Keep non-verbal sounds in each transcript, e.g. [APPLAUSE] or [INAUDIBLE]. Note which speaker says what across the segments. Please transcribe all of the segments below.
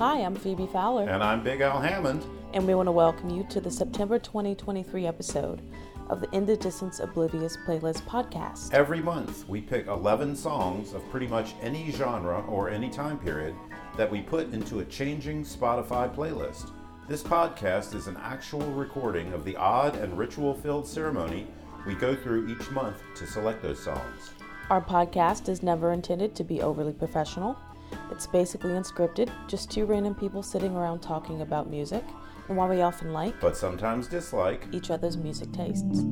Speaker 1: I'm Phoebe Fowler,
Speaker 2: And I'm Big Al Hammond.
Speaker 1: and we want to welcome you to the September 2023 episode of the In the Distance Oblivious Playlist podcast.
Speaker 2: Every month, we pick 11 songs of pretty much any genre or any time period that we put into a changing Spotify playlist. This podcast is an actual recording of the odd and ritual filled ceremony we go through each month to select those songs.
Speaker 1: Our podcast is never intended to be overly professional. It's basically unscripted, just two random people sitting around talking about music and why we often like
Speaker 2: But sometimes dislike.
Speaker 1: each other's music tastes.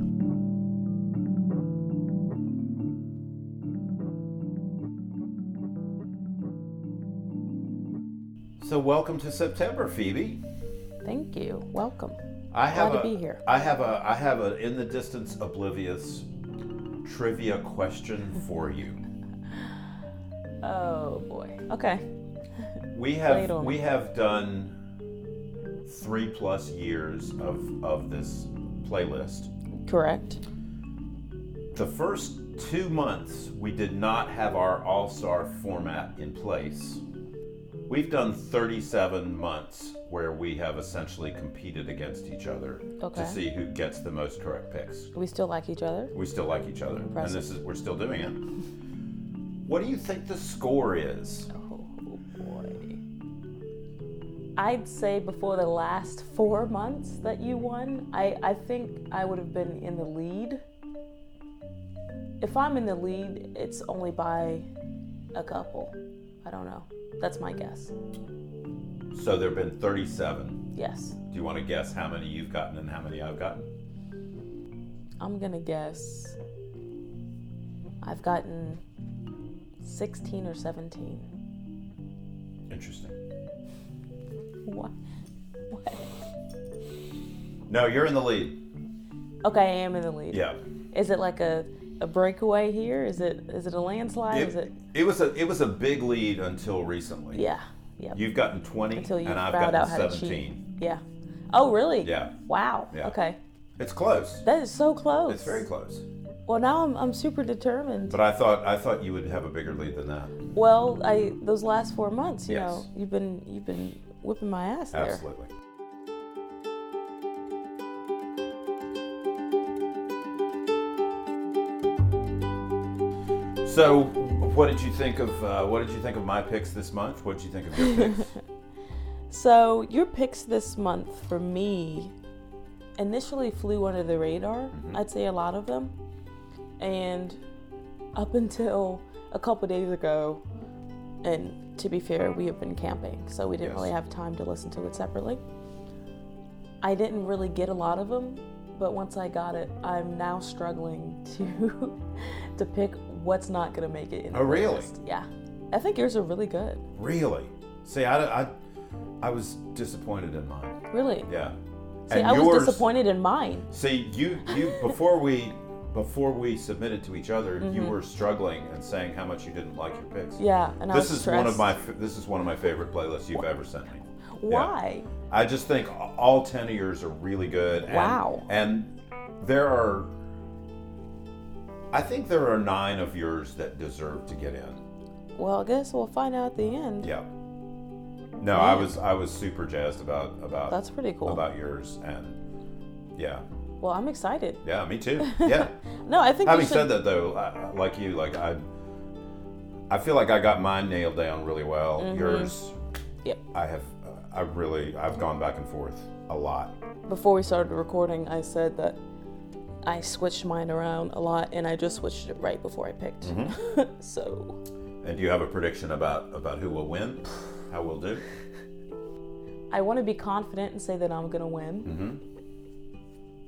Speaker 2: So, welcome to September, Phoebe.
Speaker 1: Thank you. Welcome.
Speaker 2: I have
Speaker 1: Glad
Speaker 2: a,
Speaker 1: to be here.
Speaker 2: I have a I have a in the distance oblivious trivia question for you.
Speaker 1: Oh boy. Okay.
Speaker 2: We
Speaker 1: Wait
Speaker 2: have
Speaker 1: on.
Speaker 2: we have done three plus years of of this playlist.
Speaker 1: Correct.
Speaker 2: The first two months we did not have our all star format in place. We've done 37 months where we have essentially competed against each other
Speaker 1: Okay.
Speaker 2: to see who gets the most correct picks.
Speaker 1: We still like each other.
Speaker 2: We still like each other, and this is we're still doing it. What do you think the score is?
Speaker 1: Oh boy. I'd say before the last four months that you won, I, I think I would have been in the lead. If I'm in the lead, it's only by a couple. I don't know. That's my guess.
Speaker 2: So there've been 37.
Speaker 1: Yes.
Speaker 2: Do you want to guess how many you've gotten and how many I've gotten?
Speaker 1: I'm going to guess I've gotten 16 or 17.
Speaker 2: Interesting.
Speaker 1: What? What?
Speaker 2: No, you're in the lead.
Speaker 1: Okay, I am in the lead.
Speaker 2: Yeah.
Speaker 1: Is it like a, a breakaway here? Is it is it a landslide? Is
Speaker 2: It,
Speaker 1: it
Speaker 2: it was a it was a big lead until recently.
Speaker 1: yeah, yeah.
Speaker 2: You've gotten 20
Speaker 1: Until you
Speaker 2: and I've
Speaker 1: found
Speaker 2: gotten
Speaker 1: out how to
Speaker 2: 17.
Speaker 1: cheat. Yeah. Oh really?
Speaker 2: Yeah.
Speaker 1: Wow.
Speaker 2: Yeah.
Speaker 1: Okay.
Speaker 2: It's close.
Speaker 1: That is so close.
Speaker 2: It's very close.
Speaker 1: Well now I'm I'm super determined.
Speaker 2: But I thought I thought you would have a bigger lead than that.
Speaker 1: Well, I those last four months, you
Speaker 2: Yes.
Speaker 1: know, you've been you've been whipping my ass there.
Speaker 2: Absolutely. So, what did you think of uh, what did you think of my picks this month? What did you think of your picks?
Speaker 1: So your picks this month for me initially flew under the radar.
Speaker 2: Mm-hmm.
Speaker 1: I'd say a lot of them, and up until a couple days ago, and to be fair, we have been camping, so we didn't
Speaker 2: Yes.
Speaker 1: really have time to listen to it separately. I didn't really get a lot of them, but once I got it, I'm now struggling [LAUGHS] to to pick what's not going to make it in. the
Speaker 2: Oh, really?
Speaker 1: playlist. Yeah, I think yours are really good.
Speaker 2: really? See, I, I I was disappointed in mine.
Speaker 1: Really.
Speaker 2: Yeah.
Speaker 1: See, I was disappointed in mine.
Speaker 2: See, you you before we before we submitted to each other, you were struggling and saying how much you didn't like your picks.
Speaker 1: Mm-hmm. Yeah, and I
Speaker 2: This
Speaker 1: was
Speaker 2: is
Speaker 1: stressed.
Speaker 2: one of my f- this is one of my favorite playlists you've ever sent me.
Speaker 1: Why?
Speaker 2: I just think all ten of yours are really good. and-
Speaker 1: Wow.
Speaker 2: And there are, I think there are nine of yours that deserve to get in.
Speaker 1: Well, I guess we'll find out at the end.
Speaker 2: Yeah. No, I
Speaker 1: Man.
Speaker 2: was I was super jazzed about about
Speaker 1: That's pretty cool.
Speaker 2: about yours and yeah
Speaker 1: Well, I'm excited.
Speaker 2: yeah me too yeah.
Speaker 1: No, I think we
Speaker 2: Having
Speaker 1: should.
Speaker 2: said that though, I, like you, like I, I feel like I got mine nailed down really well. Yours,
Speaker 1: Yep.
Speaker 2: I have, uh, I really, I've gone back and forth a lot.
Speaker 1: Before we started recording, I said that I switched mine around a lot, and I just switched it right before I picked.
Speaker 2: Mm-hmm.
Speaker 1: [LAUGHS] so,
Speaker 2: And do you have a prediction about about who will win? How we'll do?
Speaker 1: I want to be confident and say that I'm gonna win.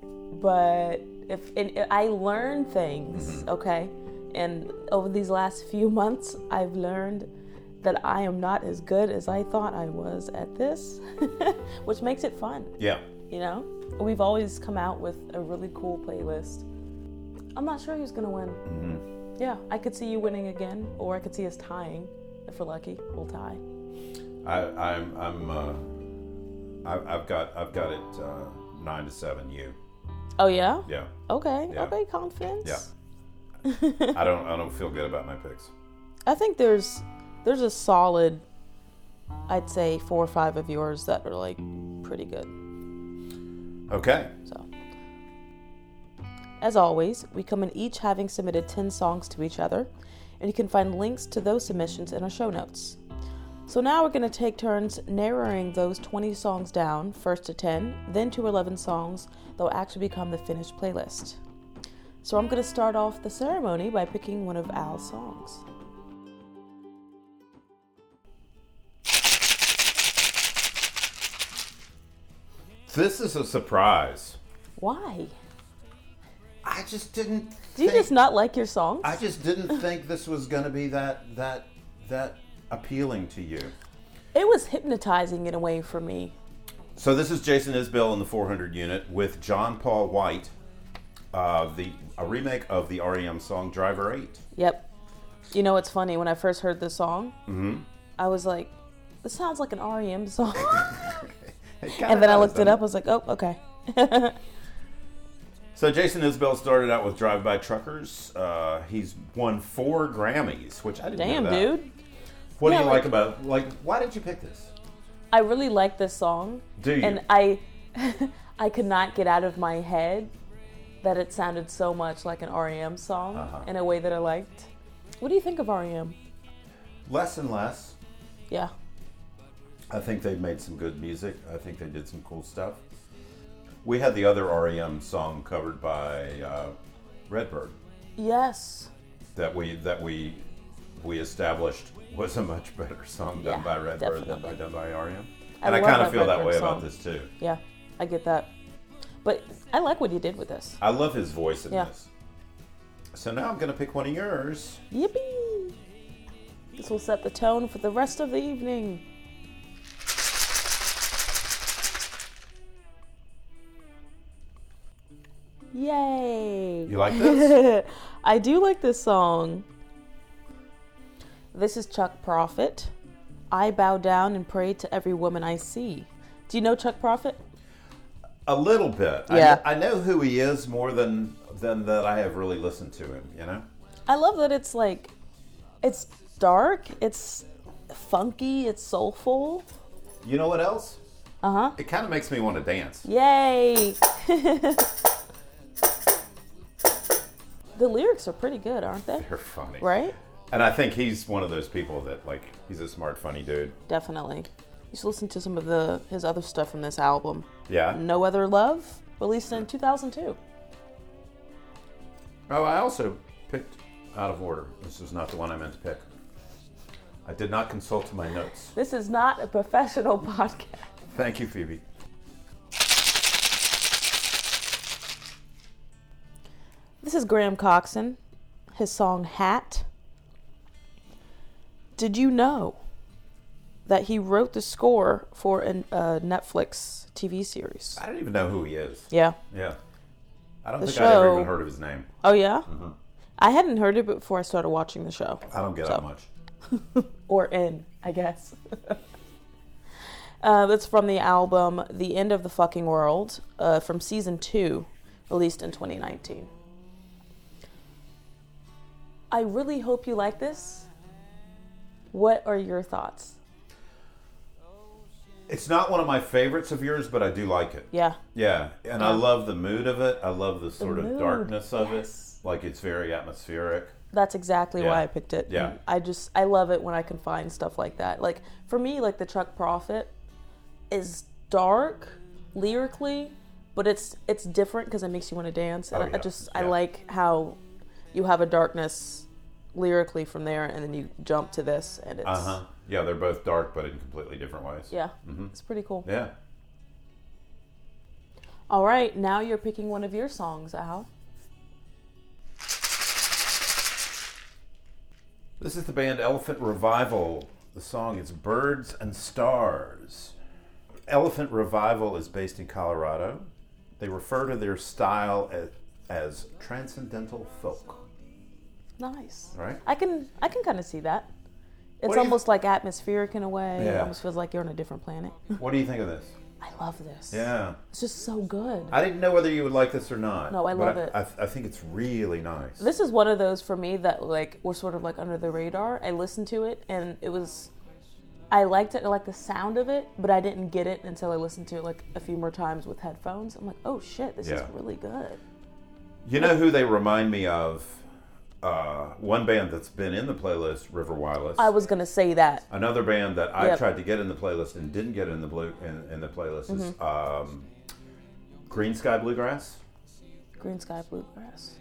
Speaker 2: Mm-hmm.
Speaker 1: But if and I learn things,
Speaker 2: Mm-hmm.
Speaker 1: okay, and over these last few months, I've learned that I am not as good as I thought I was at this, [LAUGHS] which makes it fun.
Speaker 2: Yeah.
Speaker 1: You know, we've always come out with a really cool playlist. I'm not sure who's gonna win.
Speaker 2: Mm-hmm.
Speaker 1: Yeah, I could see you winning again, or I could see us tying. If we're lucky, we'll tie.
Speaker 2: I, I'm I'm uh, I, I've got I've got it uh, nine to seven. You.
Speaker 1: Oh yeah.
Speaker 2: Yeah.
Speaker 1: Okay.
Speaker 2: Yeah.
Speaker 1: Okay. Confidence.
Speaker 2: Yeah. I don't I don't feel good about my picks.
Speaker 1: I think there's there's a solid I'd say four or five of yours that are like pretty good.
Speaker 2: Okay.
Speaker 1: So, as always, we come in each having submitted 10 songs to each other, and you can find links to those submissions in our show notes. So, now we're going to take turns narrowing those 20 songs down, first to 10, then to 11 songs that will actually become the finished playlist. So, I'm going to start off the ceremony by picking one of Al's songs.
Speaker 2: This is a surprise.
Speaker 1: Why?
Speaker 2: I just didn't.
Speaker 1: Do you
Speaker 2: think-
Speaker 1: just not like your songs?
Speaker 2: I just
Speaker 1: [LAUGHS]
Speaker 2: didn't think this was going to be that that that appealing to you.
Speaker 1: It was hypnotizing in a way for me.
Speaker 2: So this is Jason Isbell in the 400 unit with John Paul White, uh, the a remake of the REM song Driver Eight.
Speaker 1: Yep. You know what's funny? When I first heard this song,
Speaker 2: Mm-hmm.
Speaker 1: I was like, "This sounds like an REM
Speaker 2: [LAUGHS]
Speaker 1: song," and then I looked it up. I was like, "Oh, okay."
Speaker 2: So Jason Isbell started out with Drive By Truckers. Uh, he's won four Grammys, which I didn't
Speaker 1: Damn,
Speaker 2: know that.
Speaker 1: dude.
Speaker 2: What
Speaker 1: Yeah,
Speaker 2: do you like,
Speaker 1: like-
Speaker 2: about like? Why did you pick this?
Speaker 1: I really like this song,
Speaker 2: Do you?
Speaker 1: and I, [LAUGHS] I could not get out of my head that it sounded so much like an REM song
Speaker 2: Uh-huh.
Speaker 1: in a way that I liked. What do you think of REM?
Speaker 2: less and less.
Speaker 1: Yeah.
Speaker 2: I think they've made some good music. I think they did some cool stuff. We had the other REM song covered by uh, Redbird
Speaker 1: Yes.
Speaker 2: that we that we we established was a much better song done
Speaker 1: Yeah,
Speaker 2: by Redbird than by
Speaker 1: definitely.
Speaker 2: done by REM.
Speaker 1: I
Speaker 2: And I,
Speaker 1: love
Speaker 2: kind of
Speaker 1: that
Speaker 2: feel that
Speaker 1: Redbird
Speaker 2: way
Speaker 1: song.
Speaker 2: about this too.
Speaker 1: Yeah. I get that. But I like what you did with this.
Speaker 2: I love his voice in
Speaker 1: Yeah.
Speaker 2: this. So now I'm gonna pick one of yours.
Speaker 1: Yippee! This will set the tone for the rest of the evening. Yay!
Speaker 2: You like this?
Speaker 1: [LAUGHS] I do like this song. This is Chuck Prophet. I bow down and pray to every woman I see. Do you know Chuck Prophet?
Speaker 2: a little bit.
Speaker 1: Yeah.
Speaker 2: I, kn- I know who he is more than than that I have really listened to him. You know.
Speaker 1: I love that it's like, it's dark, it's funky, it's soulful.
Speaker 2: You know what else?
Speaker 1: Uh huh.
Speaker 2: It kind of makes me want to dance.
Speaker 1: Yay! [LAUGHS] the lyrics are pretty good, aren't they?
Speaker 2: They're funny.
Speaker 1: Right?
Speaker 2: And I think he's one of those people that like he's a smart, funny dude.
Speaker 1: Definitely. You should listen to some of the his other stuff from this album.
Speaker 2: Yeah.
Speaker 1: No Other Love, released in 2002.
Speaker 2: Oh, I also picked out of order. This is not the one I meant to pick. I did not consult my notes.
Speaker 1: This is not a professional [LAUGHS] podcast.
Speaker 2: Thank you, Phoebe.
Speaker 1: This is Graham Coxon, his song Hat. Did you know that he wrote the score for a uh, Netflix TV series?
Speaker 2: I don't even know who he is.
Speaker 1: Yeah.
Speaker 2: Yeah. I don't
Speaker 1: The
Speaker 2: think I've ever
Speaker 1: show-
Speaker 2: even heard of his name.
Speaker 1: Oh yeah, I hadn't heard it before I started watching the show,
Speaker 2: I don't get
Speaker 1: So-
Speaker 2: out much.
Speaker 1: or in, I guess. [LAUGHS] uh, that's from the album "The End of the Fucking World" uh, from season two, released in 2019. I really hope you like this. What are your thoughts?
Speaker 2: It's not one of my favorites of yours, but I do like it.
Speaker 1: Yeah,
Speaker 2: Yeah, and I love the mood of it. I love the sort of
Speaker 1: mood,
Speaker 2: darkness of
Speaker 1: yes.
Speaker 2: it. Like it's very atmospheric.
Speaker 1: that's exactly
Speaker 2: Yeah.
Speaker 1: why I picked it.
Speaker 2: Yeah.
Speaker 1: I just I love it when I can find stuff like that. Like for me, like the Chuck Prophet is dark lyrically, but it's it's different because it makes you want to dance. And
Speaker 2: Oh,
Speaker 1: I-
Speaker 2: yeah.
Speaker 1: I just I
Speaker 2: Yeah.
Speaker 1: like how you have a darkness lyrically from there, and then you jump to this, and it's
Speaker 2: Uh huh. Yeah, they're both dark, but in completely different ways.
Speaker 1: yeah, it's pretty cool.
Speaker 2: Mm-hmm. Yeah.
Speaker 1: All right, now you're picking one of your songs, Al.
Speaker 2: This is the band Elephant Revival. The song is Birds and Stars. Elephant Revival is based in Colorado. They refer to their style as, as transcendental folk.
Speaker 1: Nice. [LAUGHS]
Speaker 2: All right.
Speaker 1: I can I can kind of see that.
Speaker 2: What
Speaker 1: It's
Speaker 2: do you-
Speaker 1: almost like atmospheric in a way. It
Speaker 2: Yeah.
Speaker 1: almost feels like you're on a different planet.
Speaker 2: What do you think of this?
Speaker 1: I love this.
Speaker 2: Yeah.
Speaker 1: It's just so good.
Speaker 2: I didn't know whether you would like this or not.
Speaker 1: No, I
Speaker 2: but
Speaker 1: love it.
Speaker 2: I, I think it's really nice.
Speaker 1: This is one of those for me that like were sort of like under the radar. I listened to it and it was I liked it, I liked the sound of it, but I didn't get it until I listened to it like a few more times with headphones. I'm like, oh shit, this is
Speaker 2: Yeah.
Speaker 1: really good.
Speaker 2: You know who they remind me of? Uh, one band that's been in the playlist, River Wireless.
Speaker 1: I was gonna say that.
Speaker 2: Another band that I
Speaker 1: Yep.
Speaker 2: tried to get in the playlist and didn't get in the blue in, in the playlist
Speaker 1: Mm-hmm.
Speaker 2: is um, Green Sky Bluegrass.
Speaker 1: Green Sky Bluegrass.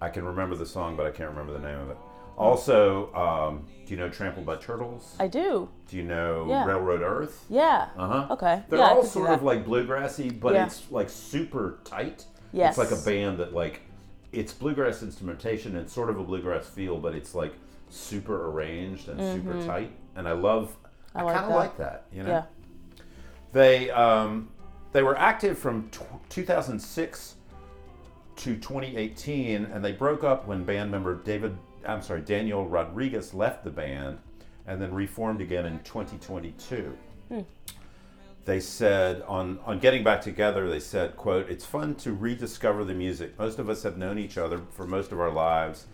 Speaker 2: I can remember the song, but I can't remember the name of it.
Speaker 1: Mm.
Speaker 2: Also, um, do you know Trampled by Turtles?
Speaker 1: I do.
Speaker 2: Do you know
Speaker 1: Yeah. Oh,
Speaker 2: Railroad Earth?
Speaker 1: Yeah.
Speaker 2: Uh-huh.
Speaker 1: Okay.
Speaker 2: They're
Speaker 1: yeah, I
Speaker 2: all
Speaker 1: could see
Speaker 2: sort
Speaker 1: that.
Speaker 2: of like bluegrassy, but
Speaker 1: Yeah.
Speaker 2: it's like super tight.
Speaker 1: Yes.
Speaker 2: It's like a band that like it's bluegrass instrumentation and sort of a bluegrass feel, but it's like super arranged and super tight. And I love I,
Speaker 1: Mm-hmm. like
Speaker 2: kind of
Speaker 1: that.
Speaker 2: like that, you know.
Speaker 1: Yeah.
Speaker 2: They um, they were active from t- 2006 to 2018, and they broke up when band member David, I'm sorry, Daniel Rodriguez left the band, and then reformed again in 2022.
Speaker 1: Hmm.
Speaker 2: They said on on getting back together, they said, "quote It's fun to rediscover the music. Most of us have known each other for most of our lives,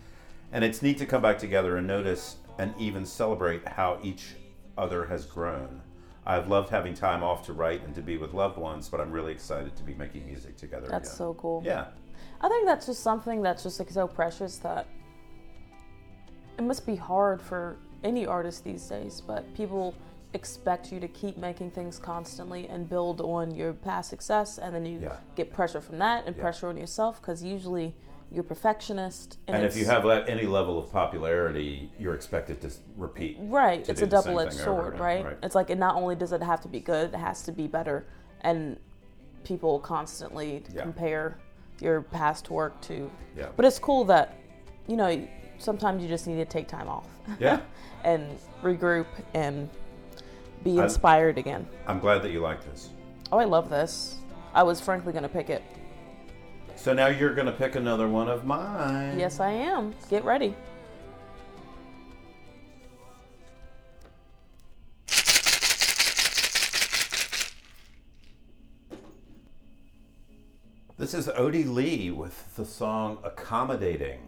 Speaker 2: and it's neat to come back together and notice and even celebrate how each other has grown. I've loved having time off to write and to be with loved ones, but I'm really excited to be making music together
Speaker 1: That's
Speaker 2: again."
Speaker 1: so cool.
Speaker 2: Yeah.
Speaker 1: I think that's just something that's just like so precious that it must be hard for any artist these days, but people expect you to keep making things constantly and build on your past success and then you
Speaker 2: Yeah.
Speaker 1: get pressure from that and pressure on yourself because usually you're perfectionist and,
Speaker 2: And if you
Speaker 1: it's-
Speaker 2: have le- any level of popularity, you're expected to s- repeat.
Speaker 1: right
Speaker 2: to
Speaker 1: it's
Speaker 2: do
Speaker 1: a
Speaker 2: the same
Speaker 1: double-edged
Speaker 2: thing over
Speaker 1: sword
Speaker 2: and-
Speaker 1: right?
Speaker 2: right.
Speaker 1: it's like it not only does it have to be good it has to be better and people constantly
Speaker 2: Yeah.
Speaker 1: compare your past work to
Speaker 2: Yeah.
Speaker 1: but it's cool that you know sometimes you just need to take time [LAUGHS] off
Speaker 2: Yeah.
Speaker 1: and regroup and be
Speaker 2: I-
Speaker 1: inspired again
Speaker 2: I'm glad that you like this.
Speaker 1: oh i love this i was frankly going to pick it
Speaker 2: So now you're going to pick another one of mine.
Speaker 1: yes i am get ready
Speaker 2: This is Odie Lee with the song Accommodating.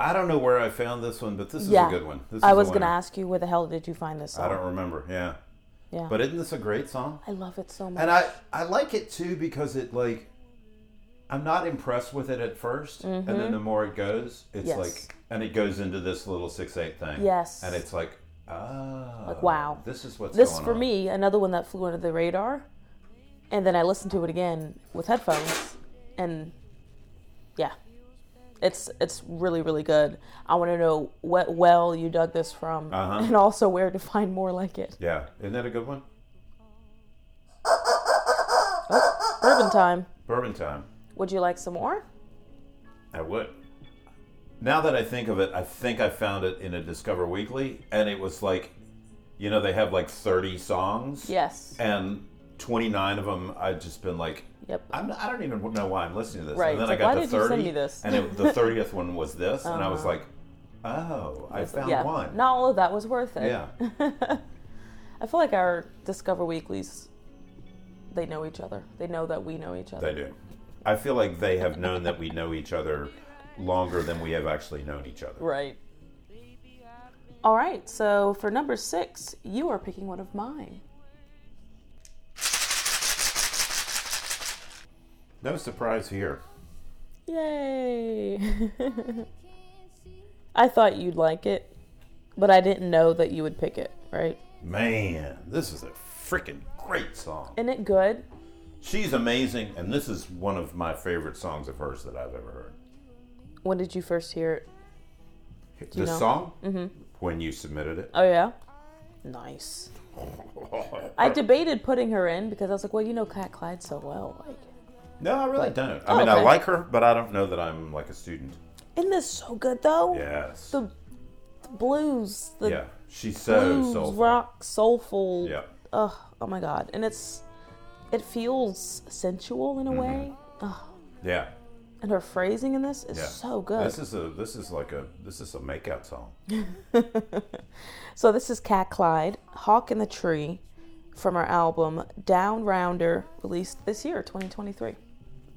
Speaker 2: I don't know where I found this one, but this is
Speaker 1: yeah
Speaker 2: a good one. This
Speaker 1: i
Speaker 2: is a
Speaker 1: was going to
Speaker 2: winner.
Speaker 1: ask you where the hell did you find this song
Speaker 2: I don't remember. Yeah.
Speaker 1: yeah
Speaker 2: But isn't this a great song?
Speaker 1: i love it so much
Speaker 2: And I, I like it too because it like I'm not impressed with it at 1st and then the more it goes,
Speaker 1: Mm-hmm.
Speaker 2: it's
Speaker 1: Yes.
Speaker 2: like and it goes into this little six eight thing.
Speaker 1: Yes.
Speaker 2: And it's like ah
Speaker 1: Like, wow.
Speaker 2: This is what's
Speaker 1: this
Speaker 2: going
Speaker 1: for
Speaker 2: on.
Speaker 1: me another one that flew under the radar and then i listened to it again with headphones and yeah it's it's really really good i want to know what well you dug this from
Speaker 2: Uh-huh.
Speaker 1: and also where to find more like it
Speaker 2: Yeah. Isn't that a good one?
Speaker 1: urban time
Speaker 2: Bourbon time.
Speaker 1: would you like some more
Speaker 2: I would. Now that I think of it, I think I found it in a Discover Weekly, and it was like, you know, they have like 30 songs.
Speaker 1: yes
Speaker 2: And 29 of them, I'd just been like,
Speaker 1: yep
Speaker 2: I'm, I don't even know why I'm listening to this.
Speaker 1: Right.
Speaker 2: And then
Speaker 1: It's
Speaker 2: I
Speaker 1: like,
Speaker 2: got
Speaker 1: why
Speaker 2: to
Speaker 1: did you
Speaker 2: 30,
Speaker 1: send me this? Uh-huh.
Speaker 2: and it, the
Speaker 1: [LAUGHS]
Speaker 2: 30th one was this, and I was like, oh, I found
Speaker 1: yeah
Speaker 2: one.
Speaker 1: not all of that was worth it
Speaker 2: Yeah.
Speaker 1: i feel like our discover weeklies they know each other they know that we know each other
Speaker 2: They do. I feel like they have known that we know each other longer than we have actually known each other.
Speaker 1: Right. All right, so for number six, you are picking one of mine.
Speaker 2: No surprise here.
Speaker 1: Yay! [LAUGHS] I thought you'd like it, but I didn't know that you would pick it, right?
Speaker 2: Man, this is a freaking great song.
Speaker 1: Isn't it good?
Speaker 2: She's amazing, and this is one of my favorite songs of hers that I've ever
Speaker 1: When did you first hear it?
Speaker 2: heard.
Speaker 1: you
Speaker 2: This
Speaker 1: know?
Speaker 2: song? Mm-hmm. When you submitted it. [LAUGHS]
Speaker 1: Oh, yeah? Nice. I debated putting her in because I was like, well, you know Cat Clyde so well. Like,
Speaker 2: No, I really don't. I
Speaker 1: Oh,
Speaker 2: mean, I
Speaker 1: okay.
Speaker 2: like her, but I don't know that I'm like a student.
Speaker 1: isn't this so good, though?
Speaker 2: Yes.
Speaker 1: The blues, the
Speaker 2: yeah. She's so
Speaker 1: blues,
Speaker 2: soulful.
Speaker 1: rock, soulful.
Speaker 2: Yeah.
Speaker 1: Ugh, oh my god. And it's it feels sensual in
Speaker 2: Mm-hmm.
Speaker 1: a way. Ugh.
Speaker 2: Yeah.
Speaker 1: And her phrasing in this is
Speaker 2: Yeah.
Speaker 1: so good.
Speaker 2: This is a this is like a this is a makeout song.
Speaker 1: so this is Cat Clyde, Hawk in the Tree from our album Down Rounder, released this year, 2023.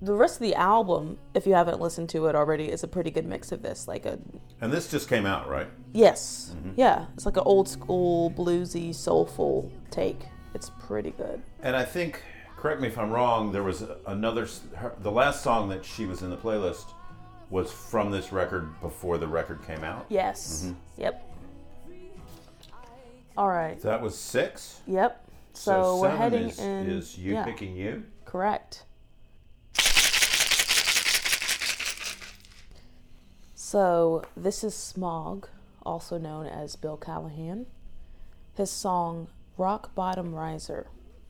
Speaker 1: the rest of the album, if you haven't listened to it already, is a pretty good mix of this. Like a
Speaker 2: And this just came out, right?
Speaker 1: yes,
Speaker 2: Mm-hmm.
Speaker 1: yeah, it's like an old school bluesy, soulful take. It's pretty good.
Speaker 2: And I think, correct me if I'm wrong, there was another, s- her, the last song that she was in the playlist was from this record before the record came out.
Speaker 1: Yes.
Speaker 2: Mm-hmm.
Speaker 1: Yep. All right.
Speaker 2: That was six.
Speaker 1: Yep. So, we're
Speaker 2: seven
Speaker 1: heading
Speaker 2: is,
Speaker 1: in.
Speaker 2: is you
Speaker 1: yeah,
Speaker 2: picking you.
Speaker 1: correct. So this is Smog, also known as Bill Callahan. His song "Rock Bottom Riser"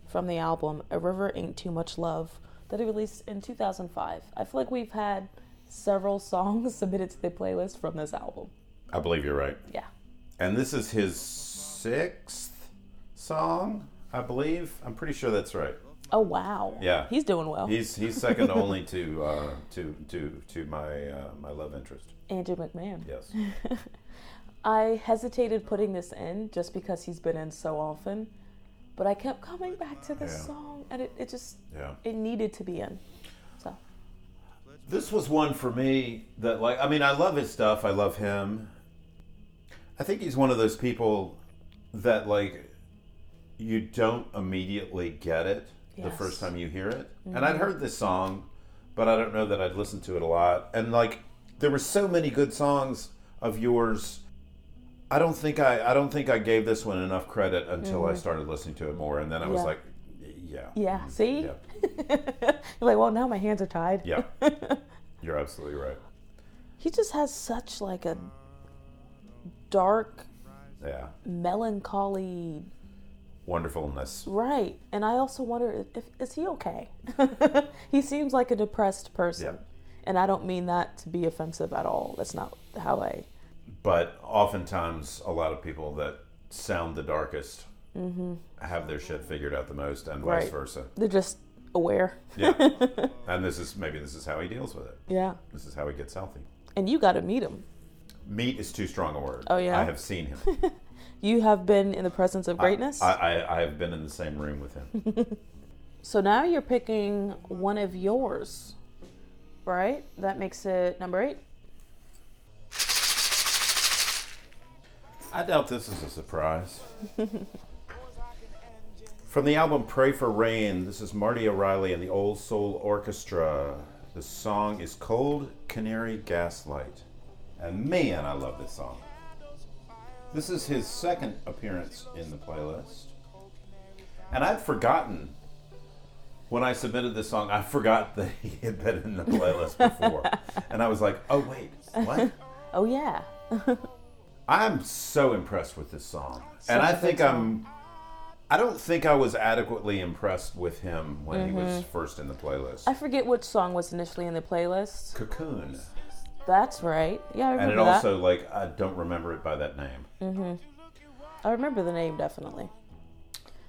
Speaker 1: from the album "A River Ain't Too Much Love" that he released in 2005. I feel like we've had several [LAUGHS] songs submitted to the playlist from this album.
Speaker 2: I believe you're right.
Speaker 1: Yeah.
Speaker 2: And this is his sixth song, I believe. I'm pretty sure that's right.
Speaker 1: Oh wow.
Speaker 2: Yeah.
Speaker 1: He's doing well.
Speaker 2: He's he's second only to uh, to to to my uh, my love interest.
Speaker 1: Andrew McMahon.
Speaker 2: Yes.
Speaker 1: I hesitated putting this in just because he's been in so often, but I kept coming back to this
Speaker 2: Yeah.
Speaker 1: song and it, it just
Speaker 2: Yeah.
Speaker 1: it needed to be in. So
Speaker 2: This was one for me that like I mean I love his stuff. I love him. I think he's one of those people that like you don't immediately get it the
Speaker 1: Yes. Mm-hmm.
Speaker 2: first time you hear it. And I'd heard this song, but I don't know that I'd listened to it a lot. And like there were so many good songs of yours. I don't think I I don't think I gave this one enough credit until I started listening to it more and then I was
Speaker 1: Mm-hmm. Yeah.
Speaker 2: like yeah.
Speaker 1: yeah, see?
Speaker 2: Mm-hmm. Yeah.
Speaker 1: You're like, well now my hands are tied.
Speaker 2: Yeah.
Speaker 1: [LAUGHS]
Speaker 2: You're absolutely right.
Speaker 1: He just has such like a dark,
Speaker 2: Yeah.
Speaker 1: melancholy
Speaker 2: Wonderfulness.
Speaker 1: right. And I also wonder if is he okay? [LAUGHS] he seems like a depressed person.
Speaker 2: Yeah.
Speaker 1: And I don't mean that to be offensive at all. That's not how I
Speaker 2: but oftentimes a lot of people that sound the darkest have their shit figured out the most and
Speaker 1: Mm-hmm.
Speaker 2: vice
Speaker 1: Right.
Speaker 2: versa
Speaker 1: they're just aware.
Speaker 2: yeah and this is maybe this is how he deals with it
Speaker 1: Yeah.
Speaker 2: this is how he gets healthy
Speaker 1: And you got to meet him.
Speaker 2: meat is too strong a word
Speaker 1: Oh, yeah?
Speaker 2: i have
Speaker 1: [LAUGHS]
Speaker 2: seen him
Speaker 1: You have been in the presence of greatness.
Speaker 2: I, I, I have been in the same room with him
Speaker 1: so now you're picking one of yours, right? That makes it number eight.
Speaker 2: i doubt this is a surprise from the album pray for rain this is marty o'reilly and the old soul orchestra the song is cold canary gaslight and man i love this song This is his second appearance in the playlist. And I'd forgotten when I submitted this song, I forgot that he had been in the playlist before. and I was like, oh, wait, what?
Speaker 1: Oh, yeah.
Speaker 2: I'm so impressed with this song.
Speaker 1: Such
Speaker 2: and I
Speaker 1: a good
Speaker 2: think I'm. I don't think I was adequately impressed with him when he was first in the playlist.
Speaker 1: Mm-hmm. I forget which song was initially in the playlist.
Speaker 2: Cocoon.
Speaker 1: That's right. Yeah, I
Speaker 2: And
Speaker 1: remember
Speaker 2: it
Speaker 1: that.
Speaker 2: also, like, I don't remember it by that name.
Speaker 1: I remember the name definitely.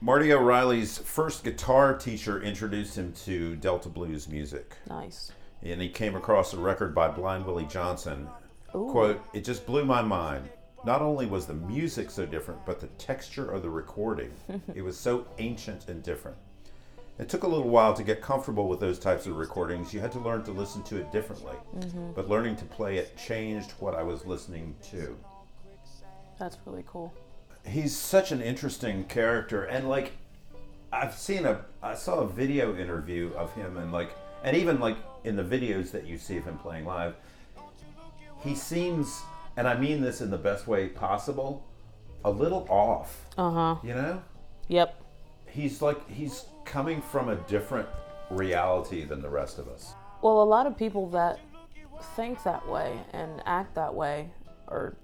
Speaker 2: Marty O'Reilly's first guitar teacher introduced him to Delta Blues music,
Speaker 1: Nice.
Speaker 2: and he came across a record by Blind Willie Johnson. Quote, It just blew my mind. Not only was the music so different, but the texture of the recording. it was so ancient and different. It took a little while to get comfortable with those types of recordings. You had to learn to listen to it differently, but learning to play it changed what I was listening to
Speaker 1: That's really cool.
Speaker 2: he's such an interesting character and like i've seen a i saw a video interview of him and like and even like in the videos that you see of him playing live he seems and i mean this in the best way possible a little off
Speaker 1: Uh huh.
Speaker 2: you know
Speaker 1: Yep.
Speaker 2: he's like he's coming from a different reality than the rest of us
Speaker 1: Well, a lot of people that think that way and act that way are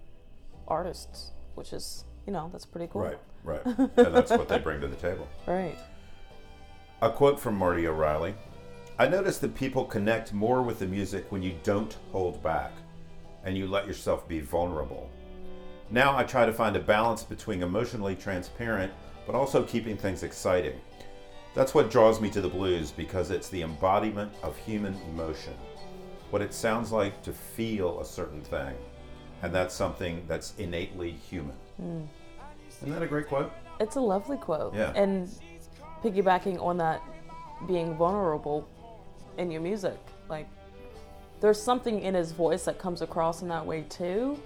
Speaker 1: artists, which is, you know, that's pretty cool.
Speaker 2: [LAUGHS] right and that's what they bring to the table
Speaker 1: Right.
Speaker 2: A quote from Marty O'Reilly I notice that people connect more with the music when you don't hold back and you let yourself be vulnerable. Now I try to find a balance between emotionally transparent but also keeping things exciting. That's what draws me to the blues because it's the embodiment of human emotion. What it sounds like to feel a certain thing, and that's something that's innately human. Isn't that a great quote?
Speaker 1: It's a lovely quote.
Speaker 2: Yeah.
Speaker 1: And piggybacking on that being vulnerable, in your music. Like there's something in his voice that comes across in that way too.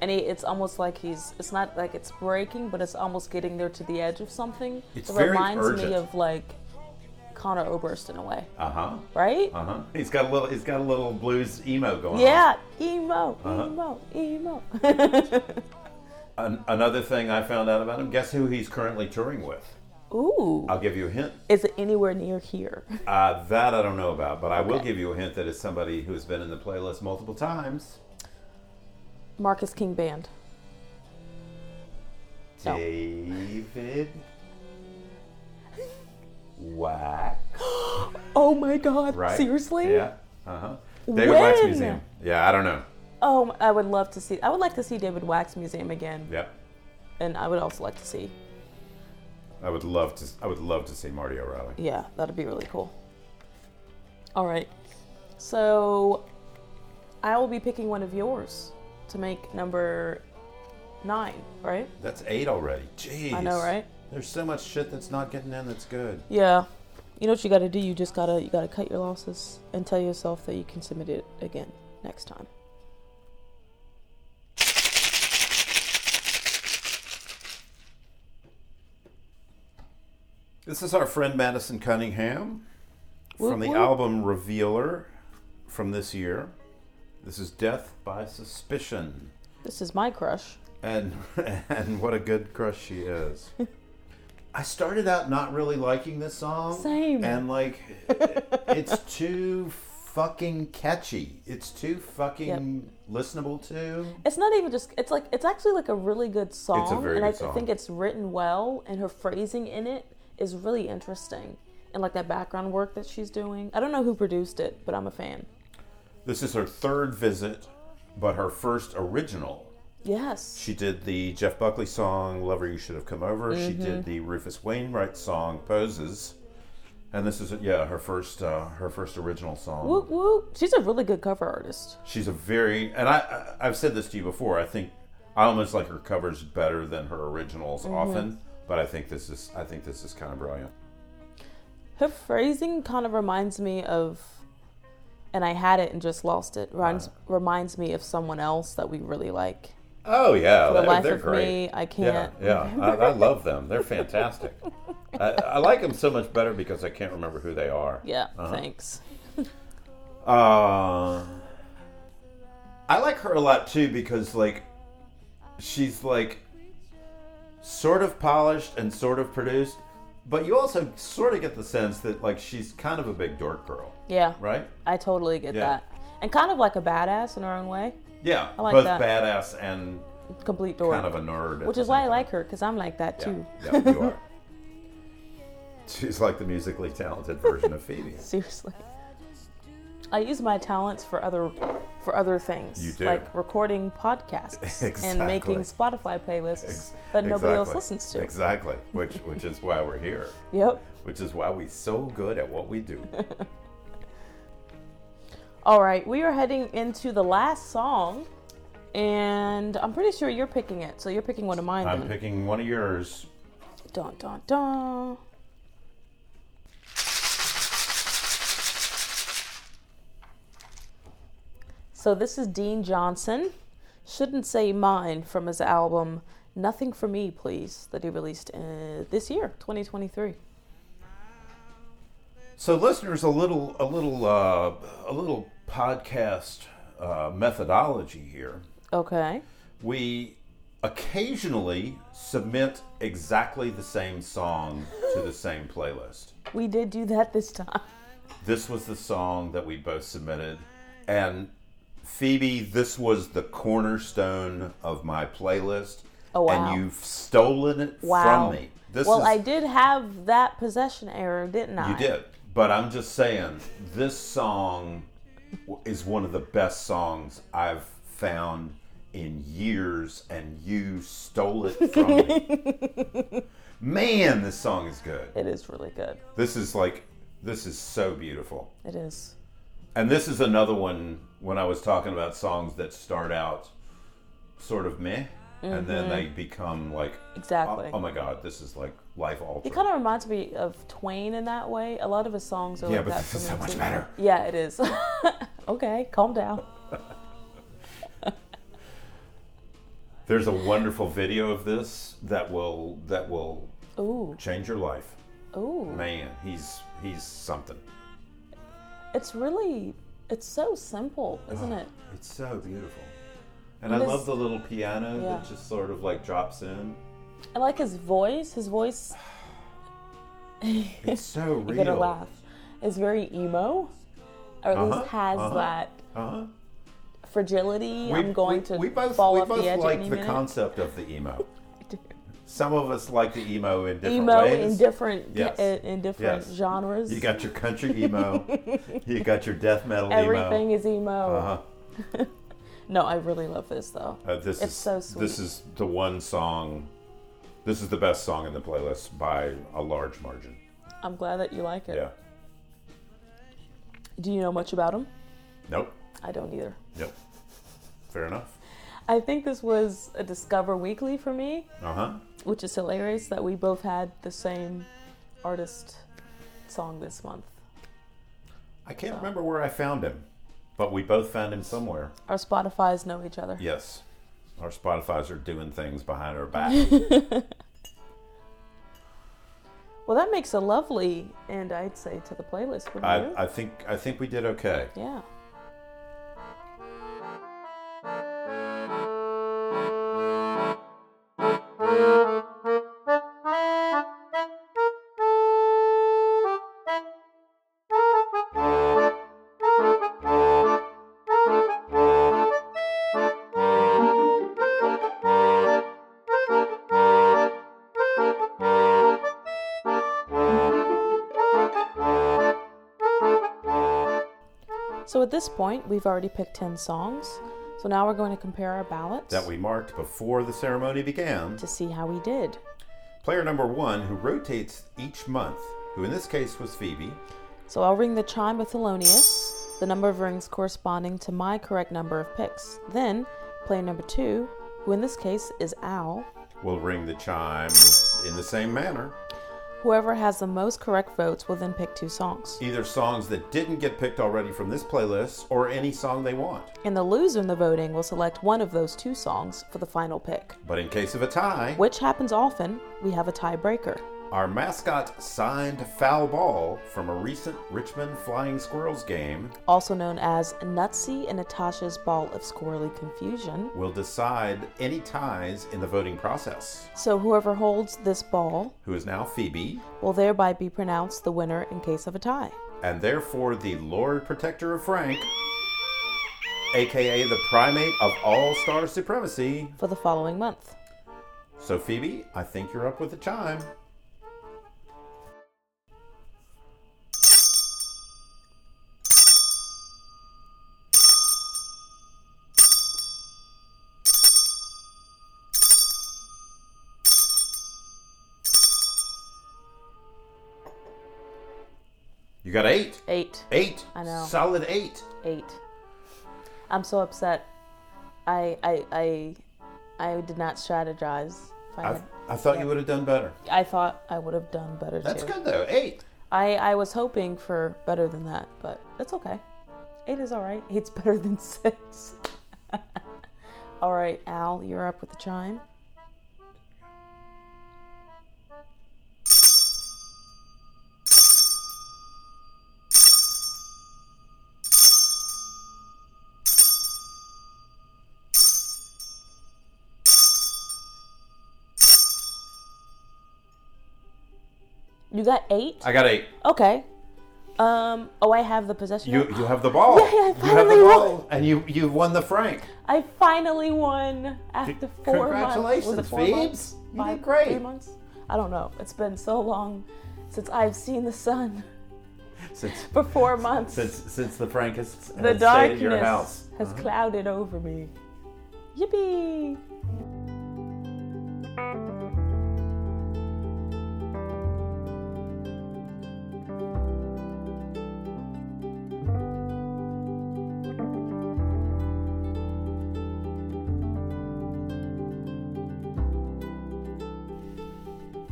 Speaker 1: And he, it's almost like he's it's not like it's breaking, but it's almost getting there to the edge of something.
Speaker 2: It's
Speaker 1: it
Speaker 2: very
Speaker 1: reminds
Speaker 2: urgent.
Speaker 1: me of like Connor Oberst in a way,
Speaker 2: Uh huh.
Speaker 1: right?
Speaker 2: Uh huh. He's got a little. He's got a little blues emo going.
Speaker 1: Yeah, emo,
Speaker 2: Uh-huh.
Speaker 1: emo, emo. [LAUGHS]
Speaker 2: On. An- another thing I found out about him. Guess who he's currently touring with?
Speaker 1: Ooh,
Speaker 2: I'll give you a hint.
Speaker 1: is it anywhere near here?
Speaker 2: Uh, that I don't know about, but I will give you a hint that it's somebody who's been in the playlist multiple times.
Speaker 1: Marcus King Band. No.
Speaker 2: David. Whack.
Speaker 1: Oh my God!
Speaker 2: Right.
Speaker 1: Seriously?
Speaker 2: Yeah. Uh huh. David Wax
Speaker 1: When?
Speaker 2: Museum. Yeah, I don't know.
Speaker 1: Oh, I would love to see. I would like to see David Wax Museum again,
Speaker 2: Yep.
Speaker 1: and I would also like to see.
Speaker 2: I would love to. I would love to see Marty O'Reilly.
Speaker 1: Yeah, that'd be really cool. All right, so I will be picking one of yours to make number nine, right?
Speaker 2: That's eight already. Jeez.
Speaker 1: I know, right?
Speaker 2: There's so much shit that's not getting in that's good.
Speaker 1: Yeah. You know what you got to do? You just gotta you gotta cut your losses and tell yourself that you can submit it again next time.
Speaker 2: This is our friend Madison Cunningham
Speaker 1: Whoop,
Speaker 2: from the
Speaker 1: whoop.
Speaker 2: album Revealer from this year. This is Death by Suspicion.
Speaker 1: This is my crush.
Speaker 2: And [LAUGHS] and what a good crush she is. I started out not really liking this song.
Speaker 1: Same.
Speaker 2: And like
Speaker 1: [LAUGHS]
Speaker 2: it's too fucking catchy. It's too fucking listenable to.
Speaker 1: It's not even just. It's like it's actually like a really good song,
Speaker 2: very
Speaker 1: and I
Speaker 2: good song.
Speaker 1: think it's written well, and her phrasing in it is really interesting, and like that background work that she's doing. I don't know who produced it, but I'm a fan.
Speaker 2: This is her third visit, but her first original
Speaker 1: Yes,
Speaker 2: She did the Jeff Buckley song "Lover You Should Have Come Over." She
Speaker 1: Mm-hmm.
Speaker 2: did the Rufus Wainwright song "Poses," and this is yeah her first uh, her first original song.
Speaker 1: whoop whoop. She's a really good cover artist.
Speaker 2: She's a very and I I- I've said this to you before. I think I almost like her covers better than her originals
Speaker 1: Mm-hmm.
Speaker 2: often, but I think this is I think this is kind of brilliant.
Speaker 1: Her phrasing kind of reminds me of, and I had it and just lost it. Reminds
Speaker 2: Uh.
Speaker 1: reminds me of someone else that we really like.
Speaker 2: Oh yeah,
Speaker 1: The life of me, I
Speaker 2: Yeah,
Speaker 1: can't.
Speaker 2: yeah, I, I love them.
Speaker 1: [LAUGHS]
Speaker 2: They're fantastic. I, I like them so much better because I can't remember who they are.
Speaker 1: Yeah, thanks.
Speaker 2: Uh, I like her a lot too because like she's like sort of polished and sort of produced, but you also sort of get the sense that like she's kind of a big dork girl,
Speaker 1: Yeah,
Speaker 2: right?
Speaker 1: I totally get
Speaker 2: Yeah.
Speaker 1: that, and kind of like a badass in her own way,
Speaker 2: Yeah,
Speaker 1: like
Speaker 2: both
Speaker 1: that.
Speaker 2: badass and
Speaker 1: complete dork.
Speaker 2: kind of a nerd, at
Speaker 1: Which
Speaker 2: the
Speaker 1: is why I
Speaker 2: same
Speaker 1: like her, because I'm like that
Speaker 2: time.
Speaker 1: too. [LAUGHS]
Speaker 2: Yeah, yeah, you are. She's like the musically talented version
Speaker 1: [LAUGHS]
Speaker 2: of Phoebe.
Speaker 1: Seriously. I use my talents for other for other things.
Speaker 2: You do.
Speaker 1: Like recording
Speaker 2: [LAUGHS]
Speaker 1: podcasts and making Spotify playlists
Speaker 2: Ex-
Speaker 1: that nobody else
Speaker 2: exactly.
Speaker 1: listens to.
Speaker 2: Exactly,
Speaker 1: [LAUGHS]
Speaker 2: which which is why we're here.
Speaker 1: Yep.
Speaker 2: which is why we're so good at what we do.
Speaker 1: All right, we are heading into the last song, and I'm pretty sure you're picking it. So you're picking one of mine.
Speaker 2: I'm
Speaker 1: then.
Speaker 2: picking one of yours.
Speaker 1: Dun dun dun. So this is Dean Johnson. Shouldn't say mine from his album Nothing for Me, Please that he released uh, this year, 2023.
Speaker 2: So, listeners, a little, a little, uh, a little podcast uh, methodology here.
Speaker 1: Okay.
Speaker 2: We occasionally submit exactly the same song to the same playlist.
Speaker 1: We did do that this time.
Speaker 2: This was the song that we both submitted, and Phoebe, this was the cornerstone of my playlist.
Speaker 1: Oh, wow.
Speaker 2: And you've stolen it
Speaker 1: Wow.
Speaker 2: from me. This
Speaker 1: well,
Speaker 2: is,
Speaker 1: I did have that possession error, didn't I?
Speaker 2: You did, but I'm just saying this song w- is one of the best songs I've found in years, and you stole it from me.
Speaker 1: [LAUGHS]
Speaker 2: Man, this song is good.
Speaker 1: It is really good.
Speaker 2: This is like, this is so beautiful.
Speaker 1: It is.
Speaker 2: And this is another one when I was talking about songs that start out sort of meh, and then they become like,
Speaker 1: Mm-hmm. Exactly.
Speaker 2: oh, oh my god, this is like life altering.
Speaker 1: It kind of reminds me of Twain in that way. A lot of his songs are
Speaker 2: yeah,
Speaker 1: like
Speaker 2: but
Speaker 1: that.
Speaker 2: this
Speaker 1: for
Speaker 2: is so
Speaker 1: me,
Speaker 2: much
Speaker 1: too.
Speaker 2: better.
Speaker 1: Yeah, it is. [LAUGHS] okay, calm down.
Speaker 2: There's a wonderful video of this that will that will
Speaker 1: Ooh,
Speaker 2: change your life.
Speaker 1: ooh.
Speaker 2: Man, he's he's something.
Speaker 1: It's really, it's so simple, isn't it?
Speaker 2: It's so beautiful. And
Speaker 1: And
Speaker 2: I
Speaker 1: this-
Speaker 2: love the little piano
Speaker 1: Yeah.
Speaker 2: that just sort of like
Speaker 1: [LAUGHS]
Speaker 2: drops in.
Speaker 1: I like his voice. His voice,
Speaker 2: It's so real.
Speaker 1: you gotta laugh, is very emo, or at
Speaker 2: Uh-huh,
Speaker 1: least has
Speaker 2: uh-huh.
Speaker 1: that
Speaker 2: Uh-huh.
Speaker 1: fragility.
Speaker 2: We-
Speaker 1: I'm going
Speaker 2: we,
Speaker 1: to
Speaker 2: we both,
Speaker 1: fall
Speaker 2: we
Speaker 1: off
Speaker 2: both
Speaker 1: the edge at
Speaker 2: like
Speaker 1: any
Speaker 2: the
Speaker 1: minute.
Speaker 2: concept of the
Speaker 1: [LAUGHS]
Speaker 2: emo. Some of us like the emo in different
Speaker 1: emo
Speaker 2: ways.
Speaker 1: in different
Speaker 2: Yes.
Speaker 1: in, in different
Speaker 2: Yes.
Speaker 1: genres.
Speaker 2: you got your country
Speaker 1: [LAUGHS]
Speaker 2: emo. you got your death metal
Speaker 1: Everything
Speaker 2: emo.
Speaker 1: is emo.
Speaker 2: Uh-huh.
Speaker 1: No, I really love this though.
Speaker 2: Uh, this
Speaker 1: It's
Speaker 2: is
Speaker 1: so sweet.
Speaker 2: this is the one song. This is the best song in the playlist by a large margin.
Speaker 1: I'm glad that you like it.
Speaker 2: Yeah.
Speaker 1: Do you know much about him?
Speaker 2: Nope.
Speaker 1: I don't either.
Speaker 2: Nope. Fair enough.
Speaker 1: I think this was a Discover Weekly for me,
Speaker 2: Uh huh.
Speaker 1: which is hilarious that we both had the same artist song this month.
Speaker 2: I can't remember where I found him, but we both found him somewhere.
Speaker 1: Our Spotify's know each other.
Speaker 2: Yes. Our Spotify's are doing things behind our back.
Speaker 1: [LAUGHS] Well, that makes a lovely end, I'd say, to the playlist. Wouldn't
Speaker 2: I,
Speaker 1: you?
Speaker 2: I think I think we did okay.
Speaker 1: yeah. So at this point, we've already picked 10 songs. So now we're going to compare our ballots
Speaker 2: That we marked before the ceremony began.
Speaker 1: to see how we did.
Speaker 2: Player number one, who rotates each month, who in this case was Phoebe.
Speaker 1: So I'll ring the chime with Thelonious, the number of rings corresponding to my correct number of picks. Then, player number two, who in this case is Al,
Speaker 2: will ring the chime in the same manner.
Speaker 1: whoever has the most correct votes will then pick two songs.
Speaker 2: Either songs that didn't get picked already from this playlist or any song they want.
Speaker 1: And the loser in the voting will select one of those two songs for the final pick.
Speaker 2: But in case of a tie,
Speaker 1: Which happens often, we have a tiebreaker.
Speaker 2: our mascot signed foul ball from a recent Richmond Flying Squirrels game
Speaker 1: Also known as Nutsy and Natasha's Ball of Squirrely Confusion.
Speaker 2: will decide any ties in the voting process.
Speaker 1: So whoever holds this ball
Speaker 2: Who is now Phoebe,
Speaker 1: will thereby be pronounced the winner in case of a tie.
Speaker 2: and therefore the Lord Protector of Frank, aka the primate of all star supremacy.
Speaker 1: for the following month.
Speaker 2: So, Phoebe, I think you're up with the chime. You got eight.
Speaker 1: Eight.
Speaker 2: Eight.
Speaker 1: I know.
Speaker 2: Solid eight.
Speaker 1: Eight. I'm so upset. I I I I did not strategize. If I,
Speaker 2: I,
Speaker 1: had-
Speaker 2: I thought you would have done better.
Speaker 1: I thought I would have done better
Speaker 2: That's
Speaker 1: too.
Speaker 2: good though. Eight.
Speaker 1: I I was hoping for better than that, but that's okay. Eight is all right. Eight's [LAUGHS] better than six. [LAUGHS] all right, Al, you're up with the chime. You got eight.
Speaker 2: I got eight.
Speaker 1: Okay. Um. Oh, I have the possession.
Speaker 2: You you have the ball.
Speaker 1: Yeah, yeah, I
Speaker 2: you have the
Speaker 1: finally
Speaker 2: ball, and you you won the Frank.
Speaker 1: I finally won after four months.
Speaker 2: congratulations,
Speaker 1: Was it four
Speaker 2: Phoebes.
Speaker 1: months?
Speaker 2: You did
Speaker 1: Five-
Speaker 2: great.
Speaker 1: Three months? I don't know. It's been so long since I've seen the sun. [LAUGHS]
Speaker 2: Since
Speaker 1: For four months,
Speaker 2: since since the Frank has,
Speaker 1: the
Speaker 2: has stayed
Speaker 1: darkness
Speaker 2: at your house. Uh-huh.
Speaker 1: has clouded over me. Yippee!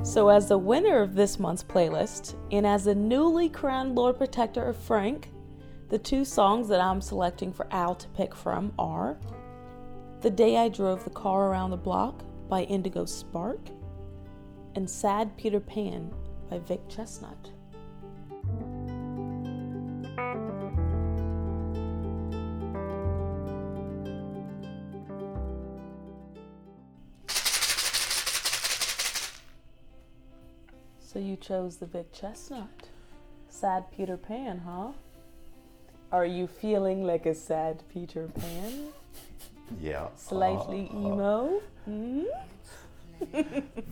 Speaker 1: So, as the winner of this month's playlist, and as the newly crowned Lord Protector of Frank, the two songs that I'm selecting for Al to pick from are The Day I Drove the Car Around the Block by Indigo Spark and Sad Peter Pan by Vic Chestnut. So you chose the Vic Chestnut. Sad Peter Pan, huh? Are you feeling like a sad Peter Pan?
Speaker 2: Yeah. Uh,
Speaker 1: Slightly emo? Hmm?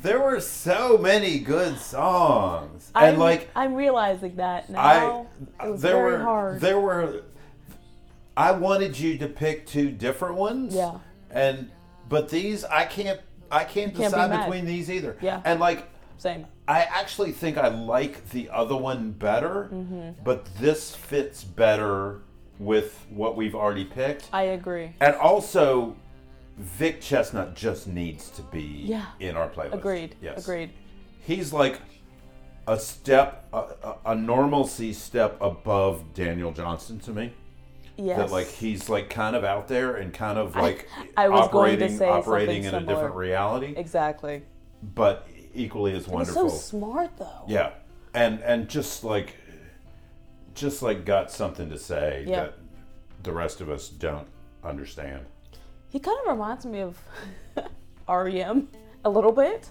Speaker 2: There were so many good songs,
Speaker 1: I'm,
Speaker 2: and like
Speaker 1: I'm realizing that
Speaker 2: I,
Speaker 1: now. it was
Speaker 2: there
Speaker 1: very
Speaker 2: were
Speaker 1: hard.
Speaker 2: there were. I wanted you to pick two different ones.
Speaker 1: Yeah.
Speaker 2: And but these I can't I can't
Speaker 1: be
Speaker 2: decide
Speaker 1: mad.
Speaker 2: between these either.
Speaker 1: Yeah.
Speaker 2: And like
Speaker 1: Same.
Speaker 2: I actually think I like the other one better,
Speaker 1: Mm-hmm.
Speaker 2: but this fits better with what we've already picked.
Speaker 1: I agree.
Speaker 2: And also, Vic Chestnut just needs to be
Speaker 1: Yeah.
Speaker 2: in our playlist.
Speaker 1: Agreed.
Speaker 2: Yes.
Speaker 1: Agreed.
Speaker 2: He's like a step, a, a, a normalcy step above Daniel Johnston to me.
Speaker 1: Yes.
Speaker 2: That like he's like kind of out there and kind of like
Speaker 1: [LAUGHS] I was going
Speaker 2: operating
Speaker 1: to say
Speaker 2: operating in
Speaker 1: something
Speaker 2: a different
Speaker 1: similar.
Speaker 2: reality,
Speaker 1: exactly.
Speaker 2: but equally as
Speaker 1: He's
Speaker 2: wonderful.
Speaker 1: so smart though.
Speaker 2: Yeah, and and just like, just like got something to say
Speaker 1: Yeah.
Speaker 2: that the rest of us don't understand.
Speaker 1: He kind of reminds me of [LAUGHS] REM a little bit.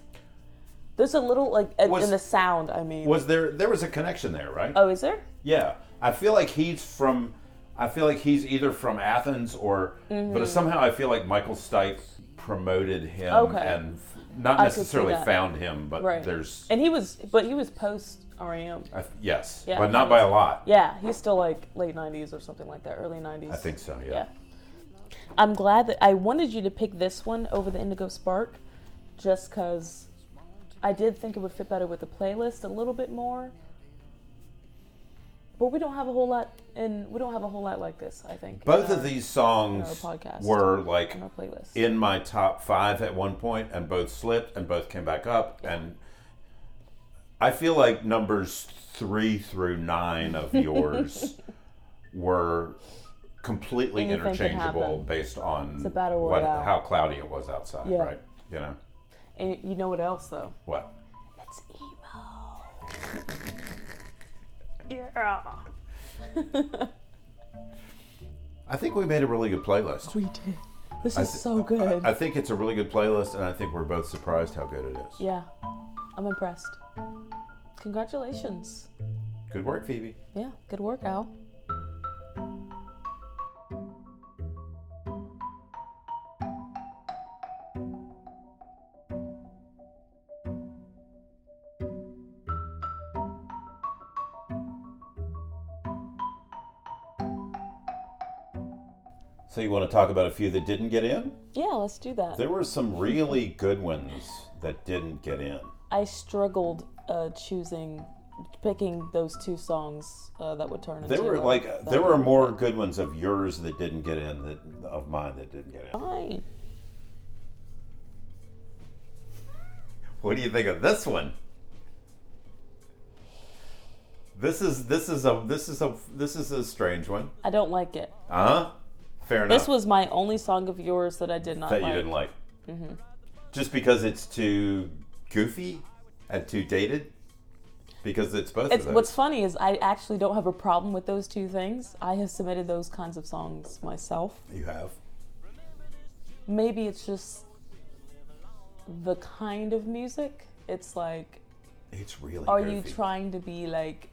Speaker 1: There's a little like in-
Speaker 2: Was-
Speaker 1: in the sound. I mean.
Speaker 2: Was there there was a connection there, right?
Speaker 1: oh, is there?
Speaker 2: yeah, I feel like he's from. I feel like he's either from Athens or,
Speaker 1: Mm-hmm.
Speaker 2: but somehow I feel like Michael Stipe promoted him
Speaker 1: Okay.
Speaker 2: and f- not
Speaker 1: I could see
Speaker 2: necessarily
Speaker 1: that.
Speaker 2: found him, but
Speaker 1: Right.
Speaker 2: there's
Speaker 1: And he was, but he was post REM.
Speaker 2: I, yes,
Speaker 1: Yeah,
Speaker 2: but not
Speaker 1: that
Speaker 2: by a
Speaker 1: was-
Speaker 2: lot.
Speaker 1: Yeah, he's still like late '90s or something like that, early '90s.
Speaker 2: I think so. Yeah.
Speaker 1: Yeah. I'm glad that I wanted you to pick this one over the Indigo Spark just because I did think it would fit better with the playlist a little bit more. But we don't have a whole lot, and we don't have a whole lot like this, I think.
Speaker 2: Both
Speaker 1: in
Speaker 2: of
Speaker 1: our-
Speaker 2: these songs
Speaker 1: our podcast. Uh-huh.
Speaker 2: were like
Speaker 1: in our playlist.
Speaker 2: in my top five at one point, and both slipped and both came back up. And I feel like numbers three through nine
Speaker 1: [LAUGHS]
Speaker 2: of yours were completely
Speaker 1: Anything could
Speaker 2: interchangeable
Speaker 1: happen.
Speaker 2: based on
Speaker 1: a battle
Speaker 2: what,
Speaker 1: royale.
Speaker 2: how cloudy it was outside,
Speaker 1: Yeah.
Speaker 2: right? You know
Speaker 1: and you know what else, though?
Speaker 2: what?
Speaker 1: It's emo.
Speaker 2: [LAUGHS] I think we made a really good playlist.
Speaker 1: We did. This is
Speaker 2: th-
Speaker 1: so good.
Speaker 2: I think it's a really good playlist, and I think we're both surprised how good it is.
Speaker 1: yeah, I'm impressed. Congratulations.
Speaker 2: Good work, Phoebe.
Speaker 1: Yeah, good work, Al.
Speaker 2: So you want to talk about a few that didn't get in?
Speaker 1: Yeah, let's do that.
Speaker 2: There were some really good ones that didn't get in.
Speaker 1: I struggled uh, choosing, picking those two songs uh, that would turn
Speaker 2: There
Speaker 1: into.
Speaker 2: were
Speaker 1: a-
Speaker 2: like there were more good ones of yours that didn't get in that of mine that didn't get in.
Speaker 1: Fine.
Speaker 2: What do you think of this one? This is this is a this is a this is a strange one.
Speaker 1: I don't like it.
Speaker 2: Uh huh. Fair enough.
Speaker 1: This was my only song of yours that I did not
Speaker 2: that you
Speaker 1: like. Mm-hmm.
Speaker 2: didn't like. Just because it's too goofy and too dated. Because it's both
Speaker 1: It's,
Speaker 2: of those.
Speaker 1: what's funny is I actually don't have a problem with those two things. I have submitted those kinds of songs myself.
Speaker 2: you have.
Speaker 1: Maybe it's just the kind of music. It's like
Speaker 2: It's really.
Speaker 1: Are
Speaker 2: goofy.
Speaker 1: you trying to be like